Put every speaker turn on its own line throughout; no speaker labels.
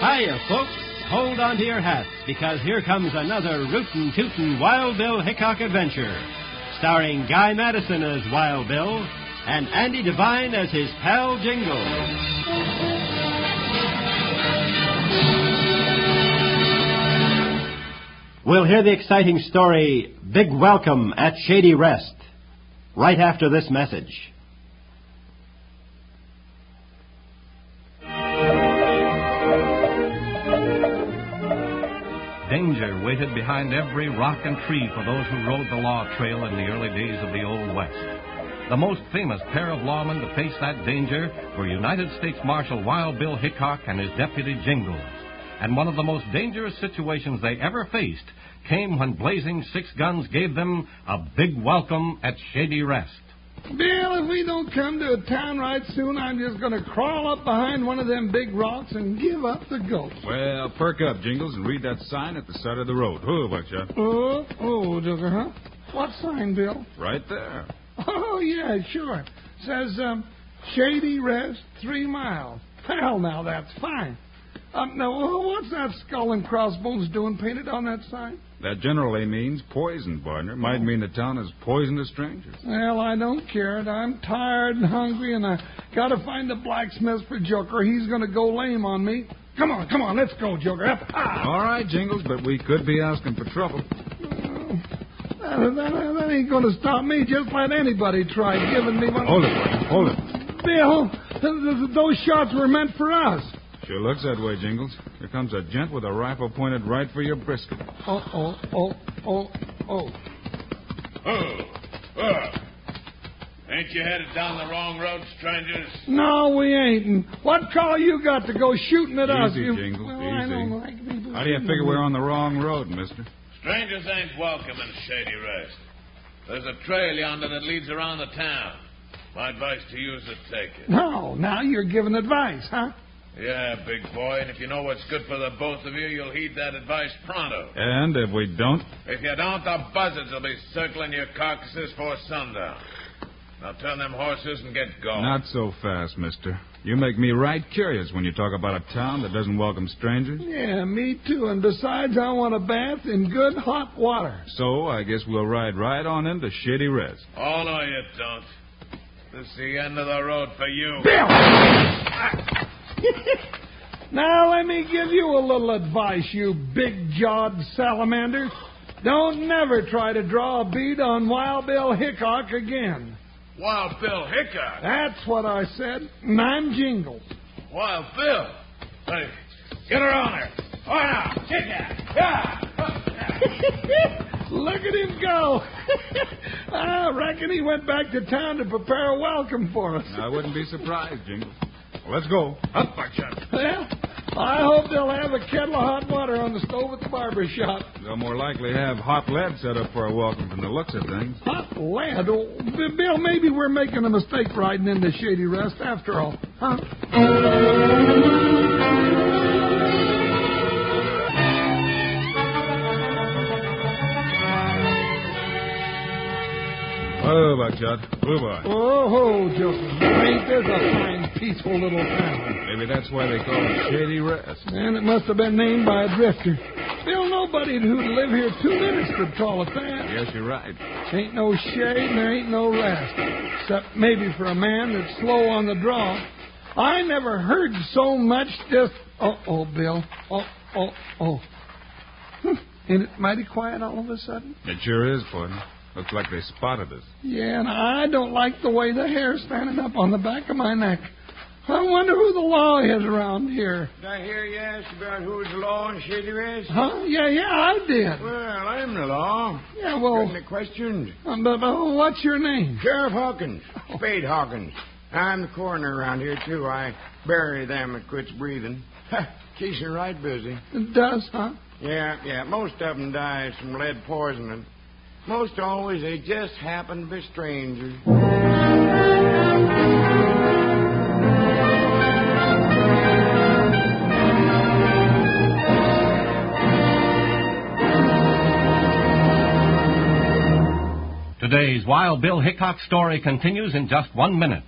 Hiya, folks. Hold on to your hats because here comes another rootin' tootin' Wild Bill Hickok adventure. Starring Guy Madison as Wild Bill and Andy Devine as his pal Jingle. We'll hear the exciting story Big Welcome at Shady Rest right after this message.
Danger waited behind every rock and tree for those who rode the law trail in the early days of the Old West. The most famous pair of lawmen to face that danger were United States Marshal Wild Bill Hickok and his deputy Jingles. And one of the most dangerous situations they ever faced came when Blazing Six Guns gave them a big welcome at Shady Rest.
Bill, if we don't come to a town right soon, I'm just going to crawl up behind one of them big rocks and give up the ghost.
Well, perk up, Jingles, and read that sign at the side of the road. Who about you?
Oh, oh, Joker, huh? What sign, Bill?
Right there.
Oh, yeah, sure. Says, um, Shady Rest, three miles. Well, now that's fine. Um, now, wh- what's that skull and crossbones doing painted on that sign?
That generally means poison, partner. Might mean the town is poison to strangers.
Well, I don't care. I'm tired and hungry, and I gotta find the blacksmith for Joker. He's gonna go lame on me. Come on, come on, let's go, Joker. Ah!
All right, Jingles, but we could be asking for trouble.
That, that- that ain't going to stop me. Just let anybody try giving me one.
Hold it, partner, hold it.
Bill, th- th- those shots were meant for us.
Sure looks that way, Jingles. Here comes a gent with a rifle pointed right for your brisket.
Oh,
uh,
oh, oh, oh, oh.
Oh, oh. Ain't you headed down the wrong road, strangers?
No, we ain't. And What call you got to go shooting at us?
Easy,
You...
Jingles,
well, I
easy.
don't like people
How do you
shooting
figure
at
we're
me.
on the wrong road, mister?
Strangers ain't welcome in Shady Rest. There's a trail yonder that leads around the town. My advice to you is to take it.
No, now you're giving advice, huh?
Yeah, big boy, and if you know what's good for the both of you, you'll heed that advice pronto.
And if we don't,
If you don't, the buzzards will be circling your carcasses for sundown. Now turn them horses and get going.
not so fast, mister. You make me right curious when you talk about a town that doesn't welcome strangers.
Yeah, me too. And besides, I want a bath in good hot water.
So I guess we'll ride right on into Shady Rest.
Oh, no, you don't. This is the end of the road for you.
Bill! now let me give you a little advice, you big jawed salamander. Don't never try to draw a bead on Wild Bill Hickok again.
Wild Bill Hickok.
That's what I said. And I'm Jingles.
Wild Bill. Hey, get her on her. Oh, now, kick her. Yeah.
Look at him go. I reckon he went back to town to prepare a welcome for us.
I wouldn't be surprised, Jingles. Well, let's go.
Up, Buckshot.
Well, I hope they'll have a kettle of hot water on the stove at the barber shop.
They'll more likely have hot lead set up for a welcome from the looks of things.
Hot lad. Oh, B- Bill, maybe we're making a mistake riding into Shady Rest after all. Huh?
Oh, Buckshot. Move on.
Oh, ho, Joseph. Ain't this a fine, peaceful little town?
Maybe that's why they call it Shady Rest.
And it must have been named by a drifter. Bill, nobody'd who'd live here two minutes could call it that.
Yes, you're right.
Ain't no shade and there ain't no rest. Except maybe for a man that's slow on the draw. I never heard so much just. Oh, oh, Bill. Oh, oh, oh. Hmm. Ain't it mighty quiet all of a sudden?
It sure is, partner. Looks like they spotted us.
Yeah, and I don't like the way the hair's standing up on the back of my neck. I wonder who the law is around here.
Did I hear you ask about who's law and shady rest?
Huh? Yeah, yeah, I did.
Well, I'm the law.
Yeah,
Couldn't
well,
have questioned.
um, but, but what's your name?
Sheriff Hawkins, Spade Hawkins. I'm the coroner around here, too. I bury them that quits breathing. Keeps you right busy.
It does, huh?
Yeah, yeah. Most of them die from lead poisoning. Most always, they just happen to be strangers.
Today's Wild Bill Hickok story continues in just one minute.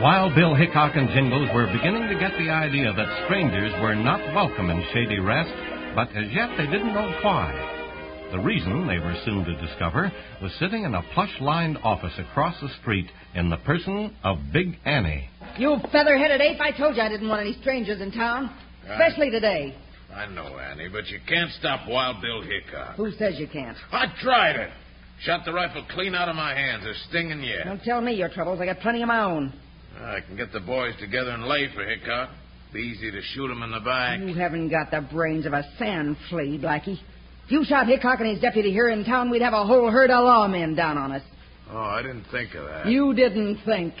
While Bill Hickok and Jingles were beginning to get the idea that strangers were not welcome in Shady Rest, but as yet they didn't know why. The reason, they were soon to discover, was sitting in a plush lined office across the street in the person of Big Annie.
You feather headed ape, I told you I didn't want any strangers in town. Especially today.
I know, Annie, but you can't stop Wild Bill Hickok.
Who says you can't?
I tried it. Shot the rifle clean out of my hands. They're stinging yet.
Don't tell me your troubles. I got plenty of my own.
I can get the boys together and lay for Hickok. Be easy to shoot him in the back.
You haven't got the brains of a sand flea, Blackie. If you shot Hickok and his deputy here in town, we'd have a whole herd of lawmen down on us.
Oh, I didn't think of that.
You didn't think.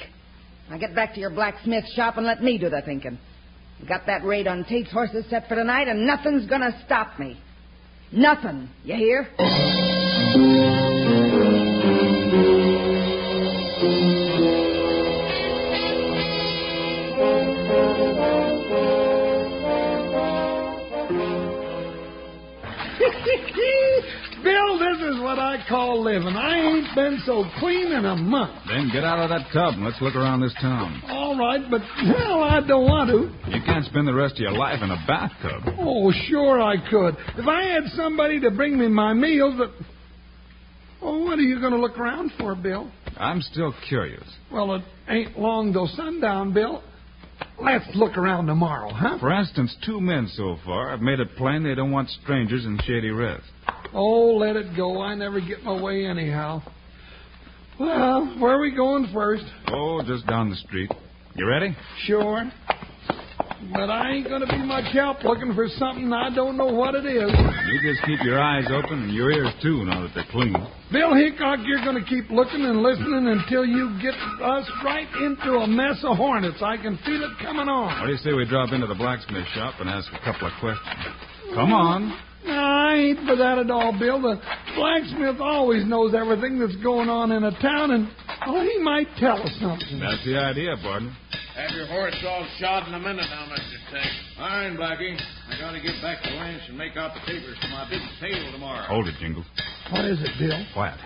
Now get back to your blacksmith shop and let me do the thinking. We got that raid on Tate's horses set for tonight, and nothing's gonna stop me. Nothing. You hear?
Bill, this is what I call living. I ain't been so clean in a month.
Then get out of that tub and let's look around this town.
All right, but hell, I don't want to.
You can't spend the rest of your life in a bathtub.
Oh, sure I could. If I had somebody to bring me my meals, but. Oh, what are you going to look around for, Bill?
I'm still curious.
Well, it ain't long till sundown, Bill. Let's look around tomorrow, huh?
For instance, two men so far have made it plain they don't want strangers in Shady Rest.
Oh, let it go. I never get my way anyhow. Well, where are we going first?
Oh, just down the street. You ready?
Sure. But I ain't going to be much help looking for something I don't know what it is.
You just keep your eyes open and your ears too now that they're clean.
Bill Hickok, you're going to keep looking and listening until you get us right into a mess of hornets. I can feel it coming on.
What do you say we drop into the blacksmith shop and ask a couple of questions? Come on.
No, I ain't for that at all, Bill. The blacksmith always knows everything that's going on in a town, and well, he might tell us something.
That's the idea, partner.
Have your horse all shod in a minute now, Mr. Tank. All right, Blackie. I gotta get back to Lance and make out the papers for my big sale tomorrow.
Hold it, Jingles.
What is it, Bill?
Quiet.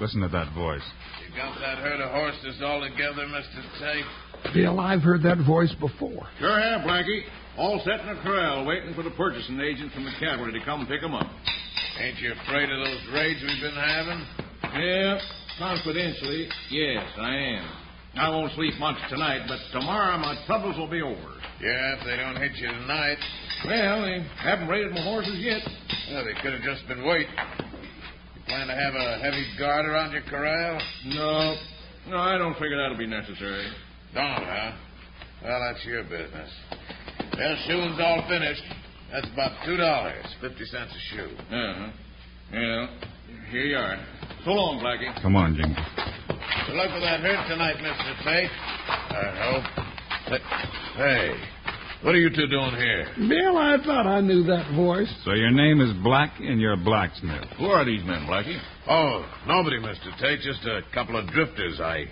Listen to that voice.
You got that herd of horses all together, Mr. Tank?
Bill, I've heard that voice before.
Sure have, Blackie. All set in a corral, waiting for the purchasing agent from the cavalry to come pick 'em up. Ain't you afraid of those raids we've been having? Yeah, confidentially, yes, I am. I won't sleep much tonight, but tomorrow my troubles will be over. Yeah, if they don't hit you tonight. Well, they haven't raided my horses yet. Well, they could have just been waiting. You plan to have a heavy guard around your corral? No. No, I don't figure that'll be necessary. Don't, huh? Well, that's your business. Well, shoeing's all finished. That's about two dollars, fifty cents a shoe. Uh-huh. Yeah. Here you are. So long, Blackie.
Come on, Jingles.
Good luck with that herd tonight, Mr. Tate. I hope. Hey, what are you two doing here?
Bill, I thought I knew that voice.
So your name is Black and you're a blacksmith.
Who are these men, Blackie? Oh, nobody, Mr. Tate. Just a couple of drifters I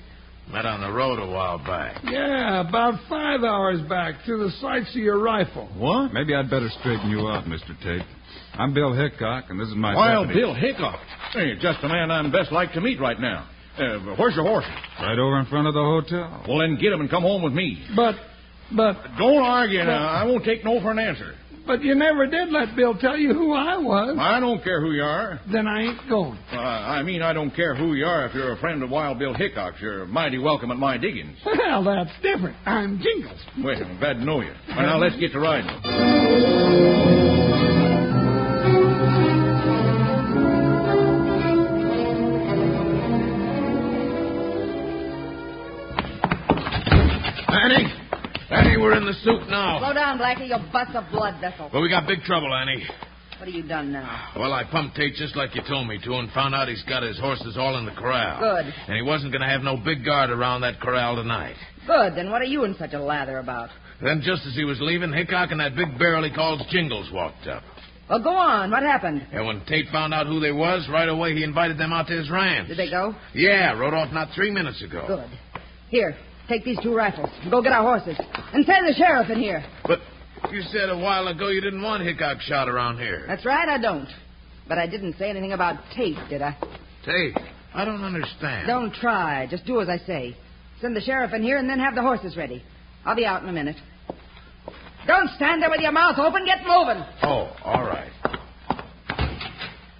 met on the road a while back.
Yeah, about five hours back, through the sights of your rifle.
What? Maybe I'd better straighten you out, Mr. Tate. I'm Bill Hickok, and this is my deputy.
Bill Hickok. Hey, just the man I'm best like to meet right now. Uh, where's your horses?
Right over in front of the hotel.
Well, then get him and come home with me.
But, but,
Don't argue now. I won't take no for an answer.
but you never did let Bill tell you who I was.
I don't care who you are.
Then I ain't going.
Uh, I mean, I don't care who you are. If you're a friend of Wild Bill Hickok, you're mighty welcome at my diggings.
Well, that's different. I'm Jingles.
Well, I'm glad to know you. Well, now let's get to riding.
Annie! Annie, we're in the soup now.
Slow down, Blackie. You'll bust a blood vessel.
Well, we got big trouble, Annie.
What have you done now?
Well, I pumped Tate just like you told me to and found out he's got his horses all in the corral.
Good.
And he wasn't going to have no big guard around that corral tonight.
Good. Then what are you in such a lather about?
Then, just as he was leaving, Hickok and that big barrel he calls Jingles walked up.
Well, go on. What happened?
And when Tate found out who they was, right away he invited them out to his ranch.
Did they go?
Yeah, rode off not three minutes ago.
Good. Here, take these two rifles. and Go get our horses. And send the sheriff in here.
But you said a while ago you didn't want Hickok shot around here.
That's right, I don't. But I didn't say anything about Tate, did I?
Tate, I don't understand.
Don't try. Just do as I say. Send the sheriff in here and then have the horses ready. I'll be out in a minute. Don't stand there with your mouth open. Get moving.
Oh, all right.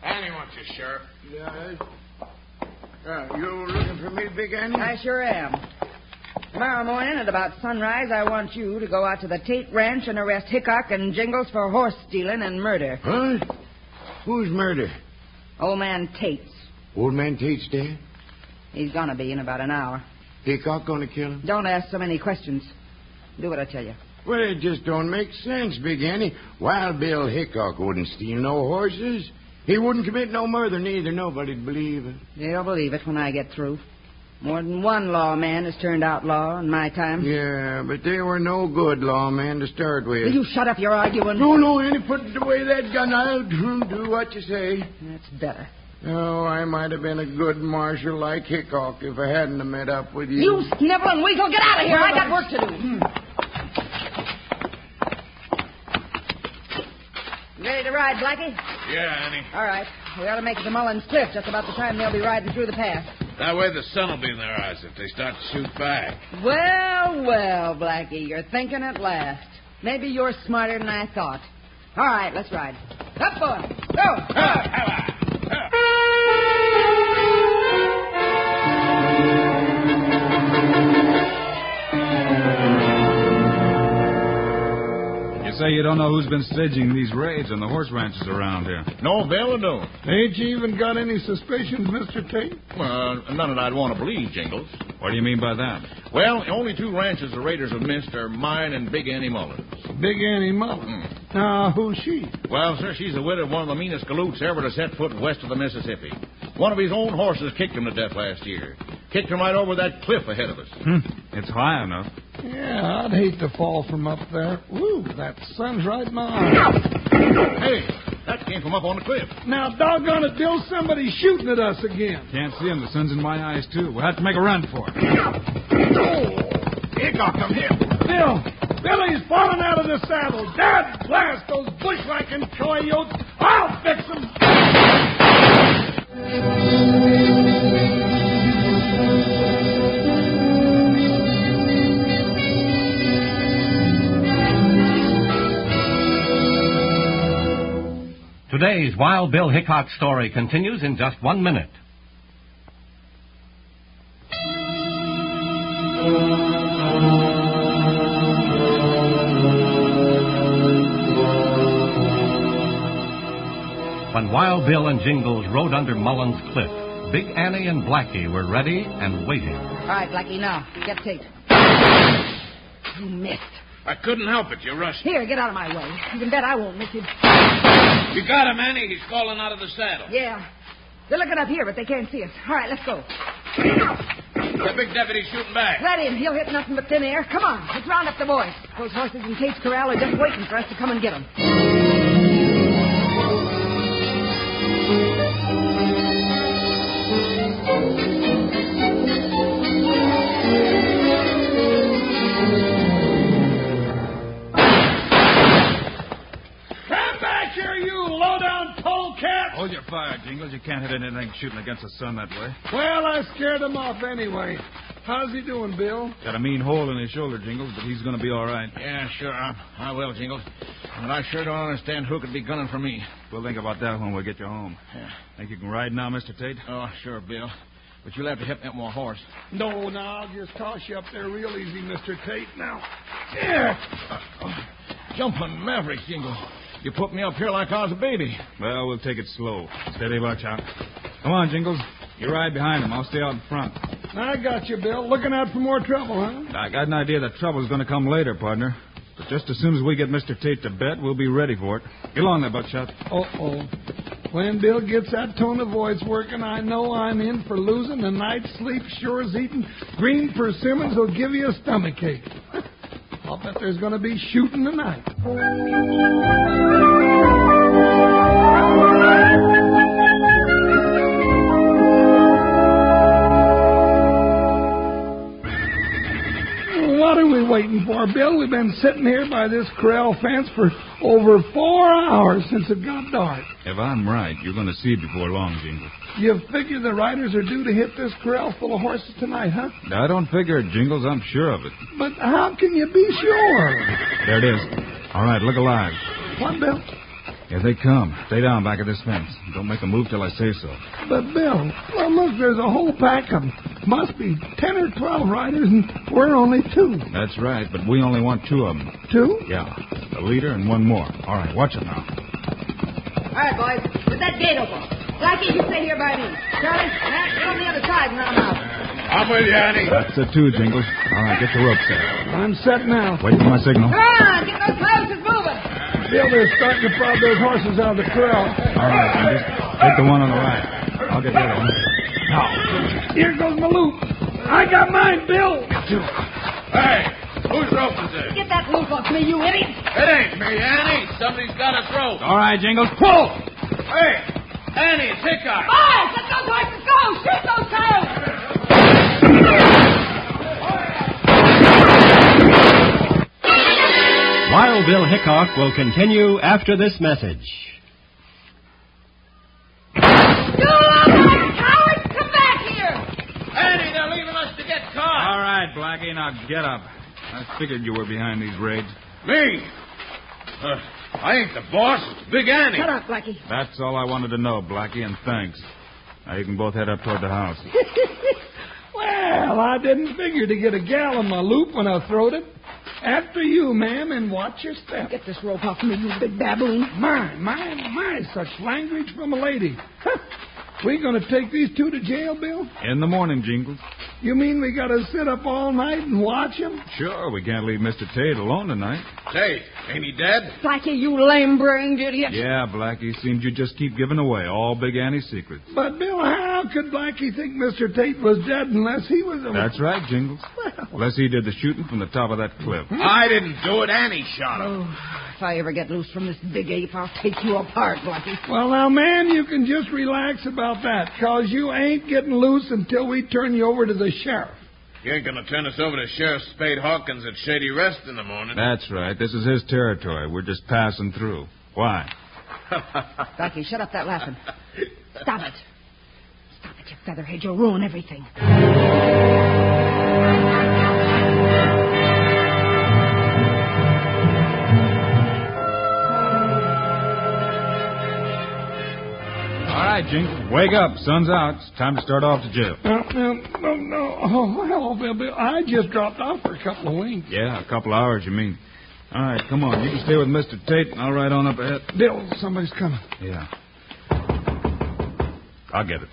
Annie wants you, Sheriff. Yes. Uh, you looking for me, Big Annie?
I sure am. Tomorrow morning at about sunrise, I want you to go out to the Tate Ranch and arrest Hickok and Jingles for horse stealing and murder.
What? Who's murder?
Old man Tate's.
Old man Tate's dead?
He's gonna be in about an hour.
Hickok gonna kill him?
Don't ask so many questions. Do what I tell you.
Well, it just don't make sense, Big Annie. Wild Bill Hickok wouldn't steal no horses. He wouldn't commit no murder, neither. Nobody'd believe it.
They'll believe it when I get through. More than one lawman has turned outlaw in my time.
Yeah, but they were no good lawmen to start
Will
with.
you shut up your arguing?
No, no, Annie, put away that gun. I'll do what you say.
That's better.
Oh, I might have been a good marshal like Hickok if I hadn't have met up with you.
You snivel and weasel, get out of here. I got work to do. Hmm. You ready to ride, Blackie?
Yeah, Annie.
All right. We ought to make it to Mullins Cliff just about the time they'll be riding through the pass.
That way the sun will be in their eyes if they start to shoot back.
Well, well, Blackie, you're thinking at last. Maybe you're smarter than I thought. All right, let's ride. Up, boy. Go.
Ah,
You say you don't know who's been staging these raids on the horse ranches around here.
No, Bill, no.
Ain't you even got any suspicions, Mr. Tate?
Well, none that I'd want to believe, Jingles.
What do you mean by that?
Well, the only two ranches the raiders have missed are mine and Big Annie Mullins.
Big Annie Mullen. Now, who's she?
Well, sir, she's the widow of one of the meanest galoots ever to set foot west of the Mississippi. One of his own horses kicked him to death last year. Kicked him right over that cliff ahead of us.
Hmm, It's high enough.
Yeah, I'd hate to fall from up there. Ooh, that sun's right in my eyes.
Hey, that came from up on the cliff.
Now, doggone it, Bill, somebody's shooting at us again.
Can't see him. The sun's in my eyes, too. We'll have to make a run for it.
Hickok, come here.
Bill, Billy's fallen out of the saddle. Dad, blast those bushwhacking coyotes. I'll fix them.
Today's Wild Bill Hickok story continues in just one minute. When Wild Bill and Jingles rode under Mullins Cliff, Big Annie and Blackie were ready and waiting.
All right, Blackie, now. Get Tate. You missed.
I couldn't help it. You rushed.
Here, get out of my way. You can bet I won't miss him.
You got him, Annie. He's fallen out of the saddle.
Yeah. They're looking up here, but they can't see us. All right, let's go.
The big deputy's shooting back.
Let him. He'll hit nothing but thin air. Come on. Let's round up the boys. Those horses in Tate's corral are just waiting for us to come and get them.
Come back here, you low-down polecat.
Hold your fire, Jingles. You can't hit anything shooting against the sun that way.
Well, I scared him off anyway. How's he doing, Bill?
Got a mean hole in his shoulder, Jingles, but he's going to be all right.
Yeah, sure. I, I will, Jingles. But I sure don't understand who could be gunning for me.
We'll think about that when we get you home.
Yeah.
Think you can ride now, Mr. Tate?
Oh, sure, Bill. But you'll have to help me up my horse.
No, no, I'll just toss you up there real easy, Mr. Tate, now. Yeah.
Jumping maverick, Jingles. You put me up here like I was a baby.
Well, we'll take it slow. Steady, watch out. Come on, Jingles. You ride behind him. I'll stay out in front.
I got you, Bill. Looking out for more trouble, huh?
I got an idea that trouble's going to come later, partner. But just as soon as we get Mr. Tate to bed, we'll be ready for it. Get along there, Buckshot.
Uh-oh. When Bill gets that tone of voice working, I know I'm in for losing a night's sleep. Sure as eating green persimmons will give you a stomachache. I'll bet there's going to be shooting tonight. What are we we waiting for, Bill? We've been sitting here by this corral fence for over four hours since it got dark.
If I'm right, you're going to see it before long, Jingle.
You figure the riders are due to hit this corral full of horses tonight, huh?
I don't figure it, Jingles. I'm sure of it.
But how can you be sure?
There it is. All right, look alive.
What, Bill?
Here they come. Stay down back of this fence. Don't make a move till I say so.
But, Bill, well, look, there's a whole pack of 'em. Must be 10 or 12 riders, and we're only two.
That's right, but we only want two of them.
Two?
Yeah, the leader and one more. All right, watch it now.
All right, boys. With that gate open. Blackie, you stay here by me. Charlie, Matt, go on the other side and I'm out.
I'm with you, Annie.
That's the two, Jingles. All right, get the rope set.
I'm set now.
Wait for my signal.
Come on, Ah, get those horses moving.
Bill, they're starting to prod those horses out of the corral.
All right, Jingles. Take the one on the right. I'll get the other one.
Here goes my loop. I got mine, Bill.
Hey, whose rope is this?
Get that loop off me, you idiot.
It ain't me, Annie. Somebody's got us rope.
All right, Jingles, pull!
Hey, Annie, it's Hickok.
Boys, let those horses go. Shoot those coyotes.
Wild Bill Hickok will continue after this message.
You little cowards, come back here.
Annie, they're leaving us to get caught.
All right, Blackie, now get up. I figured you were behind these raids.
Me? Uh, I ain't the boss. It's Big Annie.
Shut up, Blackie.
That's all I wanted to know, Blackie, and thanks. Now you can both head up toward the house.
Well, I didn't figure to get a gal in my loop when I throwed it. After you, ma'am, and watch your step.
Get this rope off me, you big baboon.
My, my, my, such language from a lady. Huh. We going to take these two to jail, Bill?
In the morning, Jingles.
You mean we got to sit up all night and watch them?
Sure, we can't leave Mr. Tate alone tonight.
Say, ain't he dead?
Blackie, you lame-brained idiot.
Yeah, Blackie, seems you just keep giving away all Big Annie's secrets.
But, Bill, how could Blackie think Mr. Tate was dead unless he was a...
That's right, Jingles. Unless he did the shooting from the top of that cliff.
I didn't do it. Annie shot him.
Oh, if I ever get loose from this big ape, I'll take you apart, Blackie.
Well, now, ma'am, you can just relax about that, because you ain't getting loose until we turn you over to the sheriff.
You ain't gonna turn us over to Sheriff Spade Hawkins at Shady Rest in the morning.
That's right. This is his territory. We're just passing through. Why?
Blackie, shut up that laughing. Stop it. Stop it, you featherhead. You'll ruin everything.
All right, Jingles, wake up. Sun's out. It's time to start off to jail.
No, no, no, no. Oh, hello, Bill, Bill. I just dropped off for a couple of links.
Yeah, a couple hours, you mean. All right, come on. You can stay with Mr. Tate, and I'll ride on up ahead.
Bill, somebody's coming.
Yeah. I'll get it.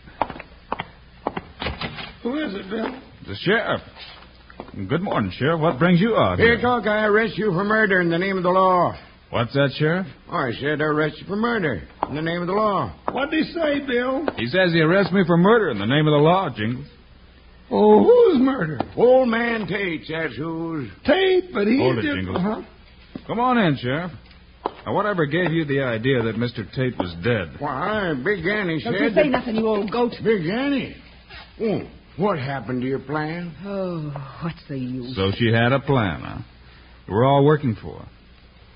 Who is it, Bill?
The sheriff. Good morning, sheriff. What brings you out here?
Hickok, I arrest you for murder in the name of the law.
What's that, sheriff?
I said I arrest you for murder in the name of the law.
What'd he say, Bill?
He says he arrests me for murder in the name of the law, Jingles.
Oh, who's murdered?
Old man Tate, that's who's.
Tate, but he
Hold it,
did.
Jingles.
Uh-huh.
Come on in, sheriff. Now, whatever gave you the idea that Mr. Tate was dead?
Why, Big Annie
Don't
said.
you say nothing, you old goat.
Big Annie? Oh, what happened to your plan?
Oh, what's the use?
So she had a plan, huh? We're all working for her.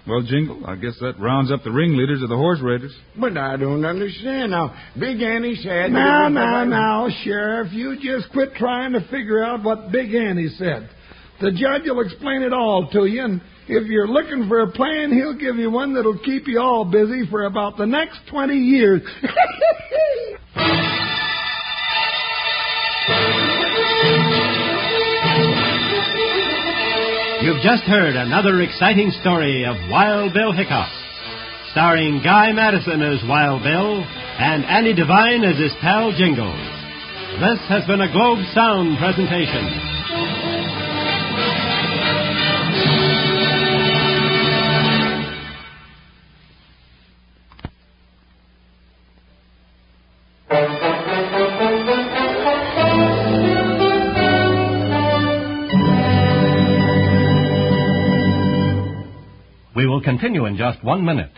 Well, Jingle, I guess that rounds up the ringleaders of the horse raiders.
But I don't understand. Now, Big Annie said.
Now, now, now, Sheriff, you just quit trying to figure out what Big Annie said. The judge will explain it all to you, and if you're looking for a plan, he'll give you one that'll keep you all busy for about the next 20 years.
You've just heard another exciting story of Wild Bill Hickok, starring Guy Madison as Wild Bill and Andy Devine as his pal Jingles. This has been a Globe Sound presentation.
We will continue in just one minute.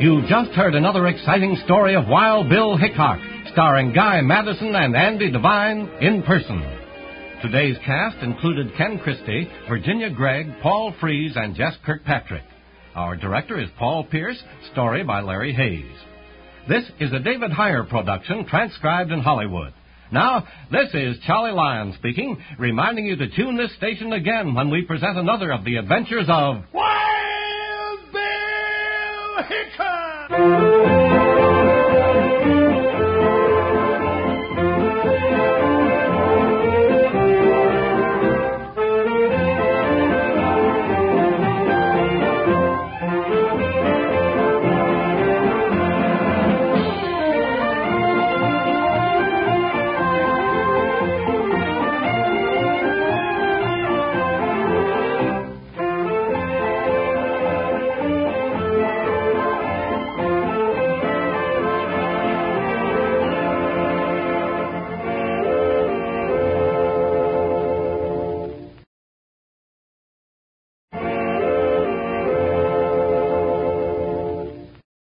You just heard another exciting story of Wild Bill Hickok, starring Guy Madison and Andy Devine in person. Today's cast included Ken Christie, Virginia Gregg, Paul Fries, and Jess Kirkpatrick. Our director is Paul Pierce, story by Larry Hayes. This is a David Heyer production transcribed in Hollywood. Now, this is Charlie Lyon speaking, reminding you to tune this station again when we present another of the adventures of
Wild Bill Hickok!